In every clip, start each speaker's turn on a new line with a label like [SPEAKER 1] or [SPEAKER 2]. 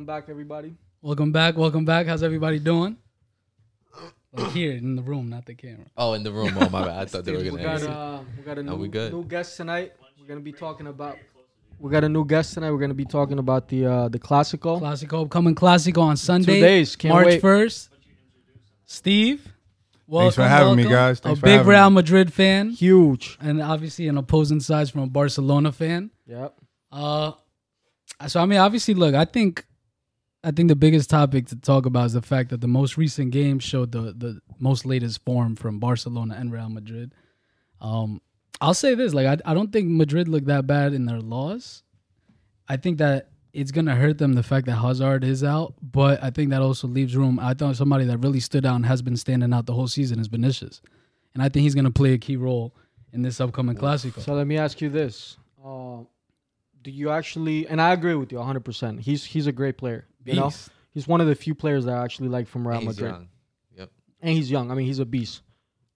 [SPEAKER 1] back, everybody.
[SPEAKER 2] Welcome back. Welcome back. How's everybody doing? Like here in the room, not the camera.
[SPEAKER 3] Oh, in the room. Oh my bad. I thought they were
[SPEAKER 1] Dude, we
[SPEAKER 3] gonna.
[SPEAKER 1] got
[SPEAKER 3] exit.
[SPEAKER 1] uh, we got a
[SPEAKER 3] No,
[SPEAKER 1] new,
[SPEAKER 3] we good.
[SPEAKER 1] new guest tonight. We're gonna be talking about. We got a new guest tonight. We're gonna be talking about the uh, the classical.
[SPEAKER 2] Classico upcoming Classico on Sunday,
[SPEAKER 1] days, can't
[SPEAKER 2] March
[SPEAKER 1] wait.
[SPEAKER 2] first. Steve, welcome,
[SPEAKER 4] Thanks for having me,
[SPEAKER 2] welcome.
[SPEAKER 4] guys. Thanks
[SPEAKER 2] a
[SPEAKER 4] for
[SPEAKER 2] big
[SPEAKER 4] having me.
[SPEAKER 2] Real Madrid fan,
[SPEAKER 1] Huge.
[SPEAKER 2] and obviously an opposing size from a Barcelona fan.
[SPEAKER 1] Yep.
[SPEAKER 2] Uh, so I mean, obviously, look, I think, I think the biggest topic to talk about is the fact that the most recent game showed the the most latest form from Barcelona and Real Madrid. Um, I'll say this: like, I I don't think Madrid looked that bad in their loss. I think that it's gonna hurt them the fact that Hazard is out, but I think that also leaves room. I thought somebody that really stood out and has been standing out the whole season is Vinicius, and I think he's gonna play a key role in this upcoming Clásico.
[SPEAKER 1] So let me ask you this: uh, Do you actually? And I agree with you 100. percent He's he's a great player. You know,
[SPEAKER 3] Beast.
[SPEAKER 1] he's one of the few players that I actually like from Real
[SPEAKER 3] He's
[SPEAKER 1] Madrid,
[SPEAKER 3] young. Yep.
[SPEAKER 1] and he's young. I mean, he's a beast.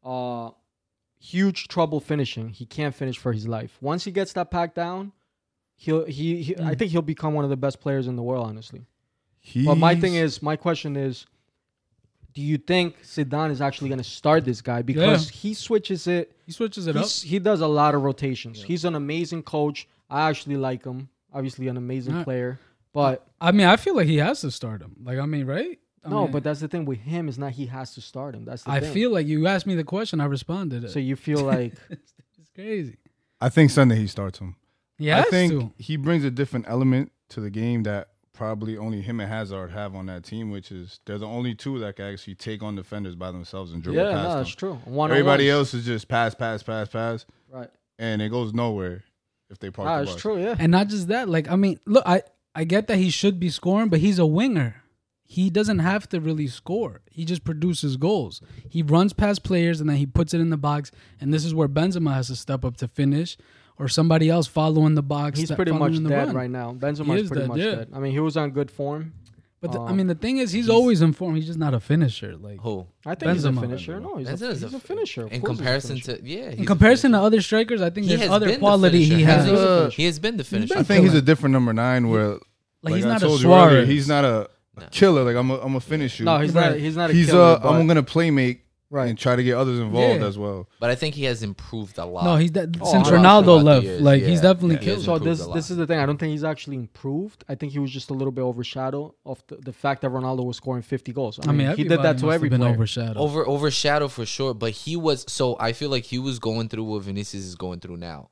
[SPEAKER 1] Uh, huge trouble finishing. He can't finish for his life. Once he gets that pack down, he'll he, he
[SPEAKER 3] Mm.
[SPEAKER 1] I think he'll become one of the best players in the world. Honestly, but my thing
[SPEAKER 4] He's-
[SPEAKER 1] is, my question is, do you think Zidane is actually going to start this guy because he switches it?
[SPEAKER 2] He switches it up.
[SPEAKER 1] He's, he does a lot of rotations. He's an amazing coach. I actually like him. Obviously, an amazing
[SPEAKER 2] Alright.
[SPEAKER 1] player. But
[SPEAKER 2] I mean, I feel like he has to start him. Like, I mean, right? I
[SPEAKER 1] no,
[SPEAKER 2] mean,
[SPEAKER 1] but that's the thing with him is not he has to start him. That's the
[SPEAKER 2] I
[SPEAKER 1] thing.
[SPEAKER 2] feel like you asked me the question. I responded.
[SPEAKER 1] so. You feel like
[SPEAKER 2] it's crazy.
[SPEAKER 4] I think Sunday he starts him.
[SPEAKER 2] He has
[SPEAKER 4] I think
[SPEAKER 2] to.
[SPEAKER 4] he brings a different element to the game that probably only him and Hazard have on that team, which is they're the only two that can actually take on defenders by themselves and dribble
[SPEAKER 1] yeah,
[SPEAKER 4] past
[SPEAKER 1] no,
[SPEAKER 4] them.
[SPEAKER 1] that's true. One
[SPEAKER 4] Everybody else is just pass, pass, pass, pass,
[SPEAKER 1] right?
[SPEAKER 4] and it goes nowhere if they park
[SPEAKER 1] Ah,
[SPEAKER 4] the
[SPEAKER 1] it's
[SPEAKER 4] bus.
[SPEAKER 1] true. Yeah,
[SPEAKER 2] And not just that. Like, I mean, look, I I get that he should be scoring, but he's a winger. He doesn't have to really score. He just produces goals. He runs past players and then he puts it in the box. And this is where Benzema has to step up to finish, or somebody else following the box.
[SPEAKER 1] he's
[SPEAKER 2] that-
[SPEAKER 1] pretty much
[SPEAKER 2] following the
[SPEAKER 1] dead
[SPEAKER 2] run.
[SPEAKER 1] right now. Benzema's
[SPEAKER 2] is
[SPEAKER 1] pretty
[SPEAKER 2] dead,
[SPEAKER 1] much
[SPEAKER 2] yeah.
[SPEAKER 1] dead. I mean, he was on good form.
[SPEAKER 2] But the- I
[SPEAKER 1] Um,
[SPEAKER 2] mean, the thing is, he's, always in form. He's just not a finisher. Like
[SPEAKER 3] Who?
[SPEAKER 1] I think he's a
[SPEAKER 2] Benzema.
[SPEAKER 1] finisher. No, he's, a,
[SPEAKER 3] Benzema's
[SPEAKER 1] he's a finisher. Of
[SPEAKER 3] In
[SPEAKER 1] course he's a
[SPEAKER 3] comparison
[SPEAKER 1] finisher.
[SPEAKER 3] to yeah, he's
[SPEAKER 2] in
[SPEAKER 3] a
[SPEAKER 2] comparison to
[SPEAKER 3] finisher.
[SPEAKER 2] other strikers, I think
[SPEAKER 3] he
[SPEAKER 2] there's
[SPEAKER 3] has
[SPEAKER 2] other
[SPEAKER 3] been the
[SPEAKER 2] quality he
[SPEAKER 3] finisher.
[SPEAKER 2] has.
[SPEAKER 3] He's
[SPEAKER 1] Uh,
[SPEAKER 3] a- He has been the finisher.
[SPEAKER 4] I think he's a different number nine. Where like,
[SPEAKER 2] Like, he's
[SPEAKER 4] I
[SPEAKER 2] not a
[SPEAKER 4] told you earlier,
[SPEAKER 2] Suarez.
[SPEAKER 4] he's not a
[SPEAKER 3] No.
[SPEAKER 4] killer. Like I'm, a, I'm a finish you.
[SPEAKER 1] No, he's not.
[SPEAKER 2] Right.
[SPEAKER 1] He's not a
[SPEAKER 4] he's
[SPEAKER 1] killer.
[SPEAKER 4] uh,
[SPEAKER 1] but-
[SPEAKER 4] I'm gonna play make
[SPEAKER 1] Right.
[SPEAKER 4] and try to get others involved
[SPEAKER 2] Yeah.
[SPEAKER 4] as well.
[SPEAKER 3] But I think he has improved a lot.
[SPEAKER 2] No, he's de-
[SPEAKER 1] Oh,
[SPEAKER 2] since
[SPEAKER 1] I don't
[SPEAKER 3] know.
[SPEAKER 2] Ronaldo left,
[SPEAKER 3] Years,
[SPEAKER 2] like he's
[SPEAKER 3] yeah,
[SPEAKER 2] definitely
[SPEAKER 3] yeah, he
[SPEAKER 2] killed.
[SPEAKER 3] is.
[SPEAKER 1] So
[SPEAKER 3] improved
[SPEAKER 1] this
[SPEAKER 3] a lot.
[SPEAKER 1] this is the thing. I don't think he's actually improved. I think he was just a little bit overshadowed of the, the fact that Ronaldo was scoring 50 goals. I
[SPEAKER 2] I
[SPEAKER 1] mean,
[SPEAKER 2] mean,
[SPEAKER 1] he did that to every
[SPEAKER 2] everybody. must
[SPEAKER 1] player.
[SPEAKER 2] have Been overshadowed.
[SPEAKER 3] over overshadow for sure. But he was so I feel like he was going through what Vinicius is going through now,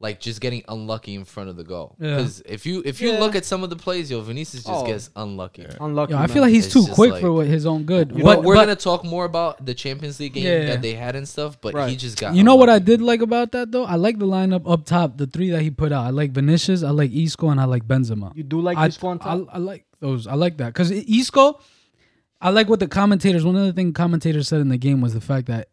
[SPEAKER 3] like just getting unlucky in front of the goal.
[SPEAKER 2] Yeah.
[SPEAKER 3] Because if you if you
[SPEAKER 1] Yeah.
[SPEAKER 3] look at some of the plays, yo, Vinicius just
[SPEAKER 1] Oh.
[SPEAKER 3] gets unlucky.
[SPEAKER 1] Unlucky.
[SPEAKER 2] Yo, I
[SPEAKER 1] man.
[SPEAKER 2] feel like he's
[SPEAKER 3] It's
[SPEAKER 2] too
[SPEAKER 3] just
[SPEAKER 2] quick
[SPEAKER 3] like-
[SPEAKER 2] for what his own good.
[SPEAKER 1] You know
[SPEAKER 2] but
[SPEAKER 3] but we're
[SPEAKER 2] but
[SPEAKER 3] gonna talk more about the Champions League game
[SPEAKER 2] Yeah.
[SPEAKER 3] that they had and stuff. But he
[SPEAKER 1] Right.
[SPEAKER 3] just got.
[SPEAKER 2] you know what I
[SPEAKER 3] unlucky.
[SPEAKER 2] did like about that though? I like the lineup up top, the three that he put out. I like Vinicius, I like Isco, and I like Benzema.
[SPEAKER 1] you do like
[SPEAKER 2] I,
[SPEAKER 1] this one.
[SPEAKER 2] I, I like those. I like that because Isco. I like what the commentators. One other thing commentators said in the game was the fact that,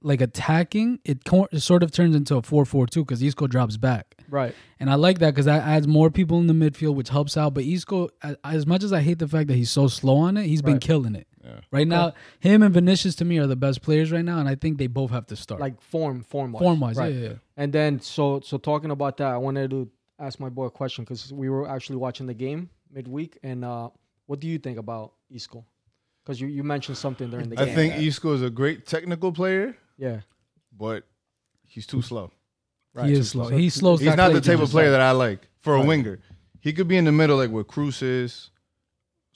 [SPEAKER 2] like attacking, it, cor- it sort of turns into a four-four-two because Isco drops back.
[SPEAKER 1] right.
[SPEAKER 2] And I like that because that adds more people in the midfield, which helps out. But Isco, a- as much as I hate the fact that he's so slow on it, he's been
[SPEAKER 1] Right.
[SPEAKER 2] killing it.
[SPEAKER 4] Yeah.
[SPEAKER 2] Right now, him and Vinicius to me are the best players right now, and I think they both have to start.
[SPEAKER 1] Like form, form wise.
[SPEAKER 2] form wise,
[SPEAKER 1] Right.
[SPEAKER 2] yeah, yeah.
[SPEAKER 1] And then so so talking about that, I wanted to ask my boy a question because we were actually watching the game midweek. And uh, what do you think about Isco? Because you, you mentioned something during the
[SPEAKER 4] I
[SPEAKER 1] game.
[SPEAKER 4] think Isco is a great technical player,
[SPEAKER 1] yeah.
[SPEAKER 4] but he's too slow.
[SPEAKER 1] Right.
[SPEAKER 2] He
[SPEAKER 1] So-
[SPEAKER 2] is slow.
[SPEAKER 1] so-
[SPEAKER 2] He slows.
[SPEAKER 4] He's
[SPEAKER 2] that
[SPEAKER 4] not
[SPEAKER 2] play
[SPEAKER 4] the type
[SPEAKER 2] down.
[SPEAKER 4] of player that I like for a
[SPEAKER 1] Right.
[SPEAKER 4] winger. He could be in the middle, like what Cruz is,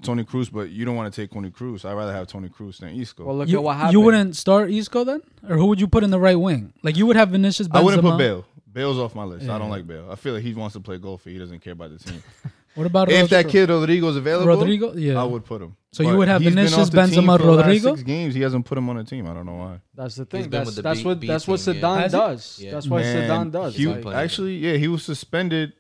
[SPEAKER 4] Tony Cruz, but you don't want to take Tony Cruz. I'd rather have Tony Cruz than Isco.
[SPEAKER 1] Well, look
[SPEAKER 2] You,
[SPEAKER 1] at what happened.
[SPEAKER 2] you wouldn't start Isco then, or who would you put in the right wing? Like you would have Vinicius. Benzema.
[SPEAKER 4] I wouldn't put Bale. Bale's off my list.
[SPEAKER 2] Yeah.
[SPEAKER 4] I don't like Bale. I feel like he wants to play goal for. He doesn't care about the team.
[SPEAKER 2] What about
[SPEAKER 4] if that
[SPEAKER 2] Rodrigo?
[SPEAKER 4] kid Rodrigo's available,
[SPEAKER 2] Rodrigo? Yeah.
[SPEAKER 4] I would put him.
[SPEAKER 2] So you would have
[SPEAKER 4] he's been
[SPEAKER 2] Vinicius,
[SPEAKER 4] off the team
[SPEAKER 2] Benzema,
[SPEAKER 4] for the last
[SPEAKER 2] Rodrigo?
[SPEAKER 4] Six games. He hasn't put him on the team. I don't know why.
[SPEAKER 1] That's the
[SPEAKER 3] He's
[SPEAKER 1] thing.
[SPEAKER 3] been
[SPEAKER 1] That's,
[SPEAKER 3] with the
[SPEAKER 1] that's
[SPEAKER 3] B-
[SPEAKER 1] what
[SPEAKER 3] B
[SPEAKER 1] that's what
[SPEAKER 3] team, yeah.
[SPEAKER 1] Sedan
[SPEAKER 2] Has he?
[SPEAKER 1] does.
[SPEAKER 3] Yeah.
[SPEAKER 1] That's what Sedan
[SPEAKER 4] Man,
[SPEAKER 1] does.
[SPEAKER 4] he-
[SPEAKER 3] Like-
[SPEAKER 4] actually, yeah, he was suspended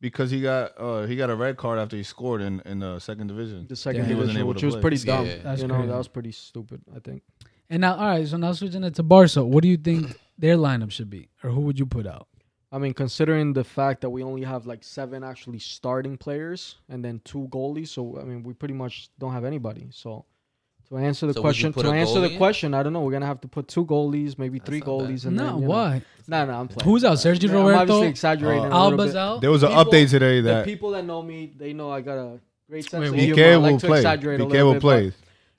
[SPEAKER 4] because he got uh, he got a red card after he scored in in the second division.
[SPEAKER 1] the second
[SPEAKER 2] Yeah, he wasn't
[SPEAKER 1] division,
[SPEAKER 4] able
[SPEAKER 1] which
[SPEAKER 4] to
[SPEAKER 1] was
[SPEAKER 4] play.
[SPEAKER 1] pretty
[SPEAKER 3] Yeah.
[SPEAKER 1] dumb.
[SPEAKER 2] That's
[SPEAKER 1] you know,
[SPEAKER 2] crazy.
[SPEAKER 1] that was pretty stupid. I think.
[SPEAKER 2] And now, all right. So now switching it to Barca, what do you think their lineup should be, or who would you put out?
[SPEAKER 1] I mean, considering the fact that we only have like seven actually starting players and then two goalies, so I mean, we pretty much don't have anybody. So, to answer the
[SPEAKER 3] So would you
[SPEAKER 1] question,
[SPEAKER 3] put
[SPEAKER 1] to
[SPEAKER 3] a
[SPEAKER 1] answer the
[SPEAKER 3] goalie in?
[SPEAKER 1] question, I don't know. We're gonna have to put two goalies, maybe three
[SPEAKER 3] not bad.
[SPEAKER 1] goalies, and
[SPEAKER 2] No,
[SPEAKER 1] then, you
[SPEAKER 2] why?
[SPEAKER 1] No, no, I'm playing.
[SPEAKER 2] Who's out? Sergio
[SPEAKER 1] Man, I'm
[SPEAKER 2] Roberto?
[SPEAKER 1] obviously exaggerating. a little
[SPEAKER 2] Alba's
[SPEAKER 1] bit.
[SPEAKER 2] out.
[SPEAKER 4] There was an
[SPEAKER 1] People-
[SPEAKER 4] update today
[SPEAKER 1] The
[SPEAKER 4] that
[SPEAKER 1] people that know me, they know I gotta Great sense of
[SPEAKER 2] Wait,
[SPEAKER 1] humor. I
[SPEAKER 4] Piqué
[SPEAKER 1] like
[SPEAKER 4] will
[SPEAKER 1] to
[SPEAKER 4] play.
[SPEAKER 1] exaggerate a
[SPEAKER 4] Piqué
[SPEAKER 1] little
[SPEAKER 4] will
[SPEAKER 1] bit,
[SPEAKER 4] play.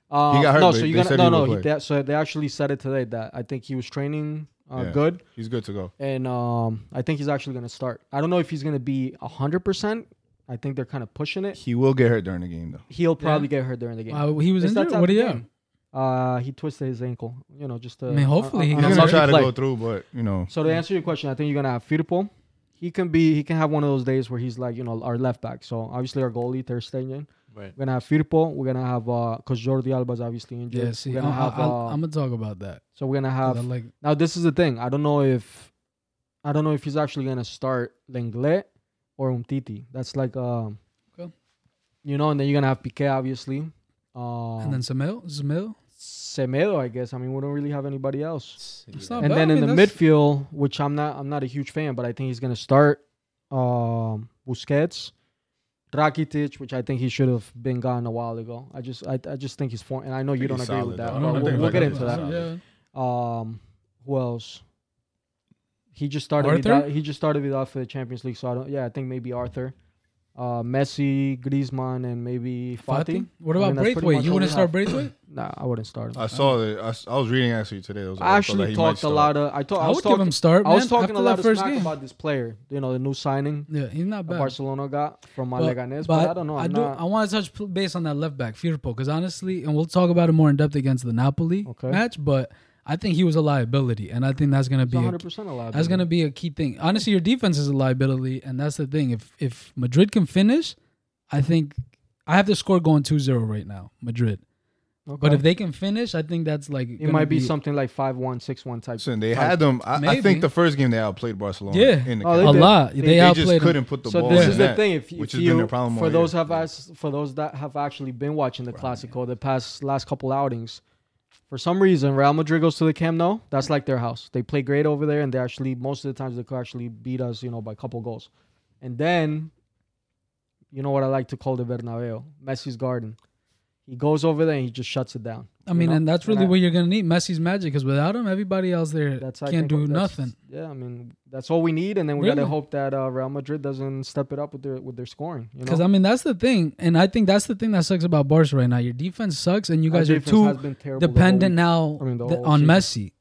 [SPEAKER 1] but, uh,
[SPEAKER 4] He got hurt,
[SPEAKER 1] no,
[SPEAKER 4] but
[SPEAKER 1] so
[SPEAKER 4] they
[SPEAKER 1] you gotta,
[SPEAKER 4] said
[SPEAKER 1] no,
[SPEAKER 4] he
[SPEAKER 1] no.
[SPEAKER 4] would
[SPEAKER 1] he-
[SPEAKER 4] play.
[SPEAKER 1] that, so they actually said it today that I think he was training uh,
[SPEAKER 4] Yeah.
[SPEAKER 1] good.
[SPEAKER 4] He's good to go.
[SPEAKER 1] and um, I think he's actually going to start. I don't know if he's going to be hundred percent. I think they're kind of pushing it.
[SPEAKER 4] He will get hurt during the game though.
[SPEAKER 1] He'll probably get hurt during the game.
[SPEAKER 2] Wow, he was
[SPEAKER 1] It's that
[SPEAKER 2] injured.
[SPEAKER 1] type
[SPEAKER 2] What do
[SPEAKER 1] of
[SPEAKER 2] you
[SPEAKER 1] game. Uh, he twisted his ankle. You know, just. To,
[SPEAKER 2] I mean, hopefully he
[SPEAKER 1] uh,
[SPEAKER 2] gets
[SPEAKER 4] He's
[SPEAKER 2] I'm
[SPEAKER 4] gonna
[SPEAKER 2] sorry,
[SPEAKER 4] try to
[SPEAKER 1] play.
[SPEAKER 4] go through, but you know,
[SPEAKER 1] So to answer your question, I think you're gonna have Firpo. He can be. He can have one of those days where he's like, you know, our left back. So obviously our goalie Ter Stegen.
[SPEAKER 3] Right.
[SPEAKER 1] We're gonna have Firpo. We're gonna have because Jordi Alba's obviously injured.
[SPEAKER 2] Yeah, see,
[SPEAKER 1] we're
[SPEAKER 2] I,
[SPEAKER 1] gonna have, uh,
[SPEAKER 2] am gonna talk about that.
[SPEAKER 1] so we're gonna
[SPEAKER 2] 'Cause
[SPEAKER 1] have
[SPEAKER 2] I like,
[SPEAKER 1] Now this is the thing. I don't know if I don't know if he's actually gonna start Lenglet or Umtiti. That's like um
[SPEAKER 2] Okay.
[SPEAKER 1] you know, and then you're gonna have Piqué obviously. Um
[SPEAKER 2] and then Zamil, Zamil.
[SPEAKER 1] Semedo, I guess. I mean we don't really have anybody else.
[SPEAKER 2] It's
[SPEAKER 3] Yeah.
[SPEAKER 2] not
[SPEAKER 1] and
[SPEAKER 2] bad.
[SPEAKER 1] then
[SPEAKER 2] Oh, I
[SPEAKER 1] in the
[SPEAKER 2] mean, that's-
[SPEAKER 1] midfield, which I'm not I'm not a huge fan, but I think he's gonna start um Busquets. Rakitic, which I think he should have been gone a while ago. I just, I, I just think he's foreign, and I know you
[SPEAKER 4] Think
[SPEAKER 1] don't
[SPEAKER 4] he's
[SPEAKER 1] agree with
[SPEAKER 4] solid,
[SPEAKER 1] that.
[SPEAKER 4] though.
[SPEAKER 2] I
[SPEAKER 1] but
[SPEAKER 2] don't
[SPEAKER 4] I
[SPEAKER 2] know.
[SPEAKER 1] we'll,
[SPEAKER 4] think
[SPEAKER 1] we'll
[SPEAKER 4] Rakitic
[SPEAKER 1] get
[SPEAKER 4] is
[SPEAKER 1] into that.
[SPEAKER 4] solid.
[SPEAKER 1] Um, who else? He just started.
[SPEAKER 2] Arthur?
[SPEAKER 1] Vidal, he just started Vidal for the Champions League. So I don't. Yeah, I think maybe Arthur, uh, Messi, Griezmann, and maybe
[SPEAKER 2] Fati?
[SPEAKER 1] Fati.
[SPEAKER 2] What
[SPEAKER 1] I
[SPEAKER 2] about
[SPEAKER 1] mean, that's pretty
[SPEAKER 2] Braithwaite?
[SPEAKER 1] much
[SPEAKER 2] You
[SPEAKER 1] all
[SPEAKER 2] wouldn't
[SPEAKER 1] we
[SPEAKER 2] start
[SPEAKER 1] have.
[SPEAKER 2] Braithwaite?
[SPEAKER 1] Nah, I wouldn't start. him.
[SPEAKER 4] I saw that. I, s- I was reading actually today. There was an
[SPEAKER 1] I
[SPEAKER 4] article that
[SPEAKER 1] actually
[SPEAKER 4] he
[SPEAKER 1] talked
[SPEAKER 4] might
[SPEAKER 1] a lot of. I, talk, I,
[SPEAKER 2] I
[SPEAKER 1] was
[SPEAKER 2] would give
[SPEAKER 1] talking.
[SPEAKER 2] him start.
[SPEAKER 1] I was
[SPEAKER 2] man,
[SPEAKER 1] talking
[SPEAKER 2] after
[SPEAKER 1] a lot
[SPEAKER 2] that
[SPEAKER 1] of
[SPEAKER 2] first
[SPEAKER 1] smack
[SPEAKER 2] game.
[SPEAKER 1] about this player. You know, the new signing
[SPEAKER 2] Yeah, he's not
[SPEAKER 1] that
[SPEAKER 2] bad.
[SPEAKER 1] Barcelona got from but, Leganes. But, I don't know.
[SPEAKER 2] I
[SPEAKER 1] I'm
[SPEAKER 2] do.
[SPEAKER 1] not-
[SPEAKER 2] I want to touch pl- base on that left back Firpo because honestly, and we'll talk about it more in depth against the Napoli
[SPEAKER 1] Okay.
[SPEAKER 2] match. But I think he was a liability, and I think that's going to
[SPEAKER 1] it's
[SPEAKER 2] be a,
[SPEAKER 1] 100% allowed.
[SPEAKER 2] that's going to be a key thing. Honestly, your defense is a liability, and that's the thing. If if Madrid can finish, I think I have the score going 2-0 right now, Madrid.
[SPEAKER 1] Okay.
[SPEAKER 2] But if they can finish, I think that's like
[SPEAKER 1] it might be, something like five one, six one type.
[SPEAKER 4] Listen, they had them. I, I
[SPEAKER 2] Maybe.
[SPEAKER 4] think the first game they outplayed Barcelona.
[SPEAKER 2] Yeah.
[SPEAKER 4] in the
[SPEAKER 1] Oh,
[SPEAKER 4] cup.
[SPEAKER 1] they
[SPEAKER 2] a
[SPEAKER 1] did.
[SPEAKER 2] lot. They,
[SPEAKER 1] They-
[SPEAKER 4] they,
[SPEAKER 2] outplayed.
[SPEAKER 4] just
[SPEAKER 2] them.
[SPEAKER 4] couldn't put the
[SPEAKER 1] so
[SPEAKER 4] ball.
[SPEAKER 1] this
[SPEAKER 4] in
[SPEAKER 1] is the
[SPEAKER 4] net,
[SPEAKER 1] thing. If,
[SPEAKER 4] which
[SPEAKER 1] if
[SPEAKER 4] has
[SPEAKER 1] you,
[SPEAKER 4] been their problem
[SPEAKER 1] for
[SPEAKER 4] all
[SPEAKER 1] those
[SPEAKER 4] year.
[SPEAKER 1] have asked, for those that have actually been watching the Clasico the past last couple outings, for some reason Real Madrid goes to the Camp Nou. That's like their house. They play great over there, and they actually most of the times they could actually beat us, you know, by a couple goals. And then, you know what I like to call the Bernabeu, Messi's garden. He goes over there and he just shuts it down.
[SPEAKER 2] I mean,
[SPEAKER 1] know?
[SPEAKER 2] and that's really
[SPEAKER 1] And I-
[SPEAKER 2] what you're gonna need Messi's magic because without him, everybody else there
[SPEAKER 1] That's I
[SPEAKER 2] can't
[SPEAKER 1] think
[SPEAKER 2] do
[SPEAKER 1] that's-
[SPEAKER 2] nothing.
[SPEAKER 1] Yeah, I mean that's all we need, and then we gotta
[SPEAKER 2] Really?
[SPEAKER 1] hope that uh, Real Madrid doesn't step it up with their with their scoring. You know,
[SPEAKER 2] Because I mean, that's the thing, and I think that's the thing that sucks about Barca right now. Your defense sucks, and you
[SPEAKER 1] Our
[SPEAKER 2] guys are
[SPEAKER 1] defense has
[SPEAKER 2] too
[SPEAKER 1] been terrible the whole
[SPEAKER 2] dependent
[SPEAKER 1] week.
[SPEAKER 2] now
[SPEAKER 1] I mean, the
[SPEAKER 2] th-
[SPEAKER 1] whole
[SPEAKER 2] on
[SPEAKER 1] season.
[SPEAKER 2] Messi.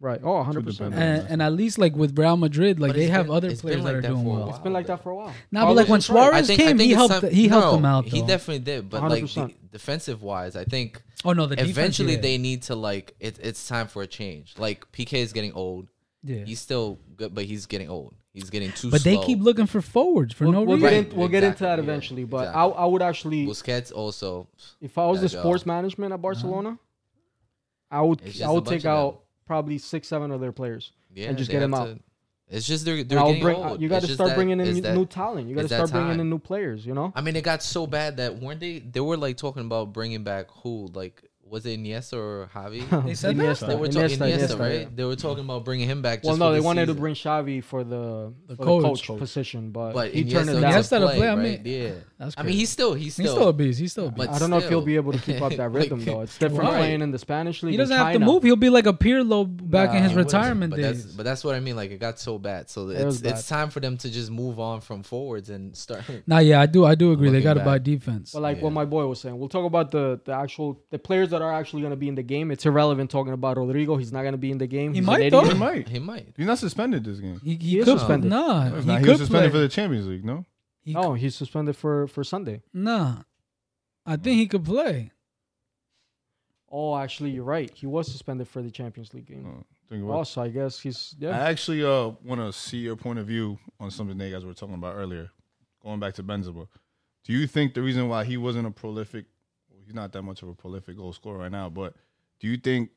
[SPEAKER 1] Right. Oh, 100%.
[SPEAKER 4] dependent. Yeah,
[SPEAKER 2] And,
[SPEAKER 4] that's
[SPEAKER 2] and at least like with Real Madrid, like
[SPEAKER 3] But
[SPEAKER 2] they
[SPEAKER 3] it's
[SPEAKER 2] have
[SPEAKER 3] been-
[SPEAKER 2] other
[SPEAKER 3] it's
[SPEAKER 2] players
[SPEAKER 3] been
[SPEAKER 2] that
[SPEAKER 3] like
[SPEAKER 2] are
[SPEAKER 3] that
[SPEAKER 2] doing
[SPEAKER 3] for a
[SPEAKER 2] well.
[SPEAKER 3] while.
[SPEAKER 1] It's been like that for a while.
[SPEAKER 2] Nah, but like when
[SPEAKER 1] Carlos is right.
[SPEAKER 2] Suarez came, he
[SPEAKER 3] it's
[SPEAKER 2] helped.
[SPEAKER 3] some-
[SPEAKER 2] he helped
[SPEAKER 3] no,
[SPEAKER 2] them out.
[SPEAKER 3] He
[SPEAKER 2] though.
[SPEAKER 3] definitely did, but like
[SPEAKER 1] 100%.
[SPEAKER 3] defensive wise, I think
[SPEAKER 2] oh no, the defense,
[SPEAKER 3] eventually
[SPEAKER 2] yeah.
[SPEAKER 3] they need to like it, it's time for a change. Like PK is getting old.
[SPEAKER 2] Yeah.
[SPEAKER 3] He's still good, but he's getting old. He's getting too.
[SPEAKER 2] But they
[SPEAKER 3] slow.
[SPEAKER 2] keep looking for forwards for
[SPEAKER 1] We'll,
[SPEAKER 2] no
[SPEAKER 1] we'll
[SPEAKER 2] reason.
[SPEAKER 1] get
[SPEAKER 3] Right,
[SPEAKER 1] in, we'll get into
[SPEAKER 3] exactly,
[SPEAKER 1] that
[SPEAKER 3] yeah,
[SPEAKER 1] eventually, but
[SPEAKER 3] exactly.
[SPEAKER 1] I, I would actually,
[SPEAKER 3] Busquets also.
[SPEAKER 1] if I was the
[SPEAKER 3] Gotta go.
[SPEAKER 1] sports management at Barcelona, I would
[SPEAKER 3] Uh-huh. It's
[SPEAKER 1] I
[SPEAKER 3] just a
[SPEAKER 1] would
[SPEAKER 3] bunch
[SPEAKER 1] take
[SPEAKER 3] of
[SPEAKER 1] out
[SPEAKER 3] them.
[SPEAKER 1] probably six, seven of their players.
[SPEAKER 3] Yeah,
[SPEAKER 1] just
[SPEAKER 3] they
[SPEAKER 1] get him
[SPEAKER 3] have
[SPEAKER 1] out.
[SPEAKER 3] to- It's just they're
[SPEAKER 1] And
[SPEAKER 3] they're
[SPEAKER 1] I'll
[SPEAKER 3] getting
[SPEAKER 1] bring,
[SPEAKER 3] old.
[SPEAKER 1] you got to start bringing in new talent. You got to
[SPEAKER 3] it's that
[SPEAKER 1] start bringing in
[SPEAKER 3] time.
[SPEAKER 1] new players. You know,
[SPEAKER 3] I mean, it got so bad that weren't they? They were like talking about bringing back who? Like, was it Iniesta or Javi?
[SPEAKER 2] They said that?
[SPEAKER 1] Iniesta,
[SPEAKER 3] they were talking
[SPEAKER 1] Iniesta,
[SPEAKER 3] Iniesta,
[SPEAKER 1] Iniesta,
[SPEAKER 3] right?
[SPEAKER 1] yeah.
[SPEAKER 3] They were talking about bringing him back. Just
[SPEAKER 1] Well, no,
[SPEAKER 3] for
[SPEAKER 1] they
[SPEAKER 3] this
[SPEAKER 1] wanted to
[SPEAKER 3] season.
[SPEAKER 1] bring Xavi for the,
[SPEAKER 2] The
[SPEAKER 1] for
[SPEAKER 2] coach.
[SPEAKER 1] the coach,
[SPEAKER 2] Coach.
[SPEAKER 1] position, but,
[SPEAKER 3] But
[SPEAKER 1] he turned
[SPEAKER 3] Iniesta
[SPEAKER 1] it
[SPEAKER 3] doesn't
[SPEAKER 1] down.
[SPEAKER 2] Iniesta to
[SPEAKER 3] play,
[SPEAKER 2] play, I
[SPEAKER 3] right?
[SPEAKER 2] mean-
[SPEAKER 3] yeah.
[SPEAKER 2] That's
[SPEAKER 3] I
[SPEAKER 2] crazy.
[SPEAKER 3] mean, he's still, he's still,
[SPEAKER 2] he's still a beast. He's still a
[SPEAKER 3] But
[SPEAKER 2] beast.
[SPEAKER 1] I don't know if he'll
[SPEAKER 3] still.
[SPEAKER 1] be able to keep up that
[SPEAKER 3] Like,
[SPEAKER 1] rhythm though. It's different
[SPEAKER 2] Right.
[SPEAKER 1] playing in the Spanish league.
[SPEAKER 2] He
[SPEAKER 1] in
[SPEAKER 2] doesn't have to
[SPEAKER 1] China.
[SPEAKER 2] move. He'll be like a Pirlo back in
[SPEAKER 1] Nah,
[SPEAKER 2] his
[SPEAKER 1] he wouldn't,
[SPEAKER 2] retirement
[SPEAKER 3] but
[SPEAKER 2] days.
[SPEAKER 3] That's, but that's what I mean. Like it got so bad, so
[SPEAKER 1] was
[SPEAKER 3] it's
[SPEAKER 1] bad.
[SPEAKER 3] it's time for them to just move on from forwards and start.
[SPEAKER 2] Nah, yeah, I do. I do agree. They
[SPEAKER 3] Looking
[SPEAKER 2] got to
[SPEAKER 3] back.
[SPEAKER 2] buy defense.
[SPEAKER 1] But like
[SPEAKER 3] Yeah.
[SPEAKER 1] what my boy was saying, we'll talk about the the actual the players that are actually going to be in the game. It's irrelevant talking about Rodrigo. He's not going to be in the game.
[SPEAKER 2] He
[SPEAKER 1] He's an
[SPEAKER 2] might,
[SPEAKER 1] idiot.
[SPEAKER 2] though.
[SPEAKER 4] He might.
[SPEAKER 3] He might.
[SPEAKER 4] He's not suspended this game.
[SPEAKER 2] He,
[SPEAKER 1] He
[SPEAKER 2] he
[SPEAKER 1] is
[SPEAKER 2] could
[SPEAKER 1] suspended.
[SPEAKER 2] Nah,
[SPEAKER 4] He's
[SPEAKER 2] he,
[SPEAKER 4] not. He was
[SPEAKER 2] could play.
[SPEAKER 4] suspended for the Champions League. No,
[SPEAKER 2] He
[SPEAKER 1] No, Oh, he's suspended for for Sunday.
[SPEAKER 2] Nah, I think he could play.
[SPEAKER 1] Oh, actually, you're right. He was suspended for the Champions League game.
[SPEAKER 4] Oh, think about. it.
[SPEAKER 1] Also, I guess he's yeah.
[SPEAKER 4] I actually uh, want to see your point of view on something that you guys were talking about earlier, going back to Benzema. Do you think the reason why he wasn't a prolific, well, he's not that much of a prolific goal scorer right now, but do you think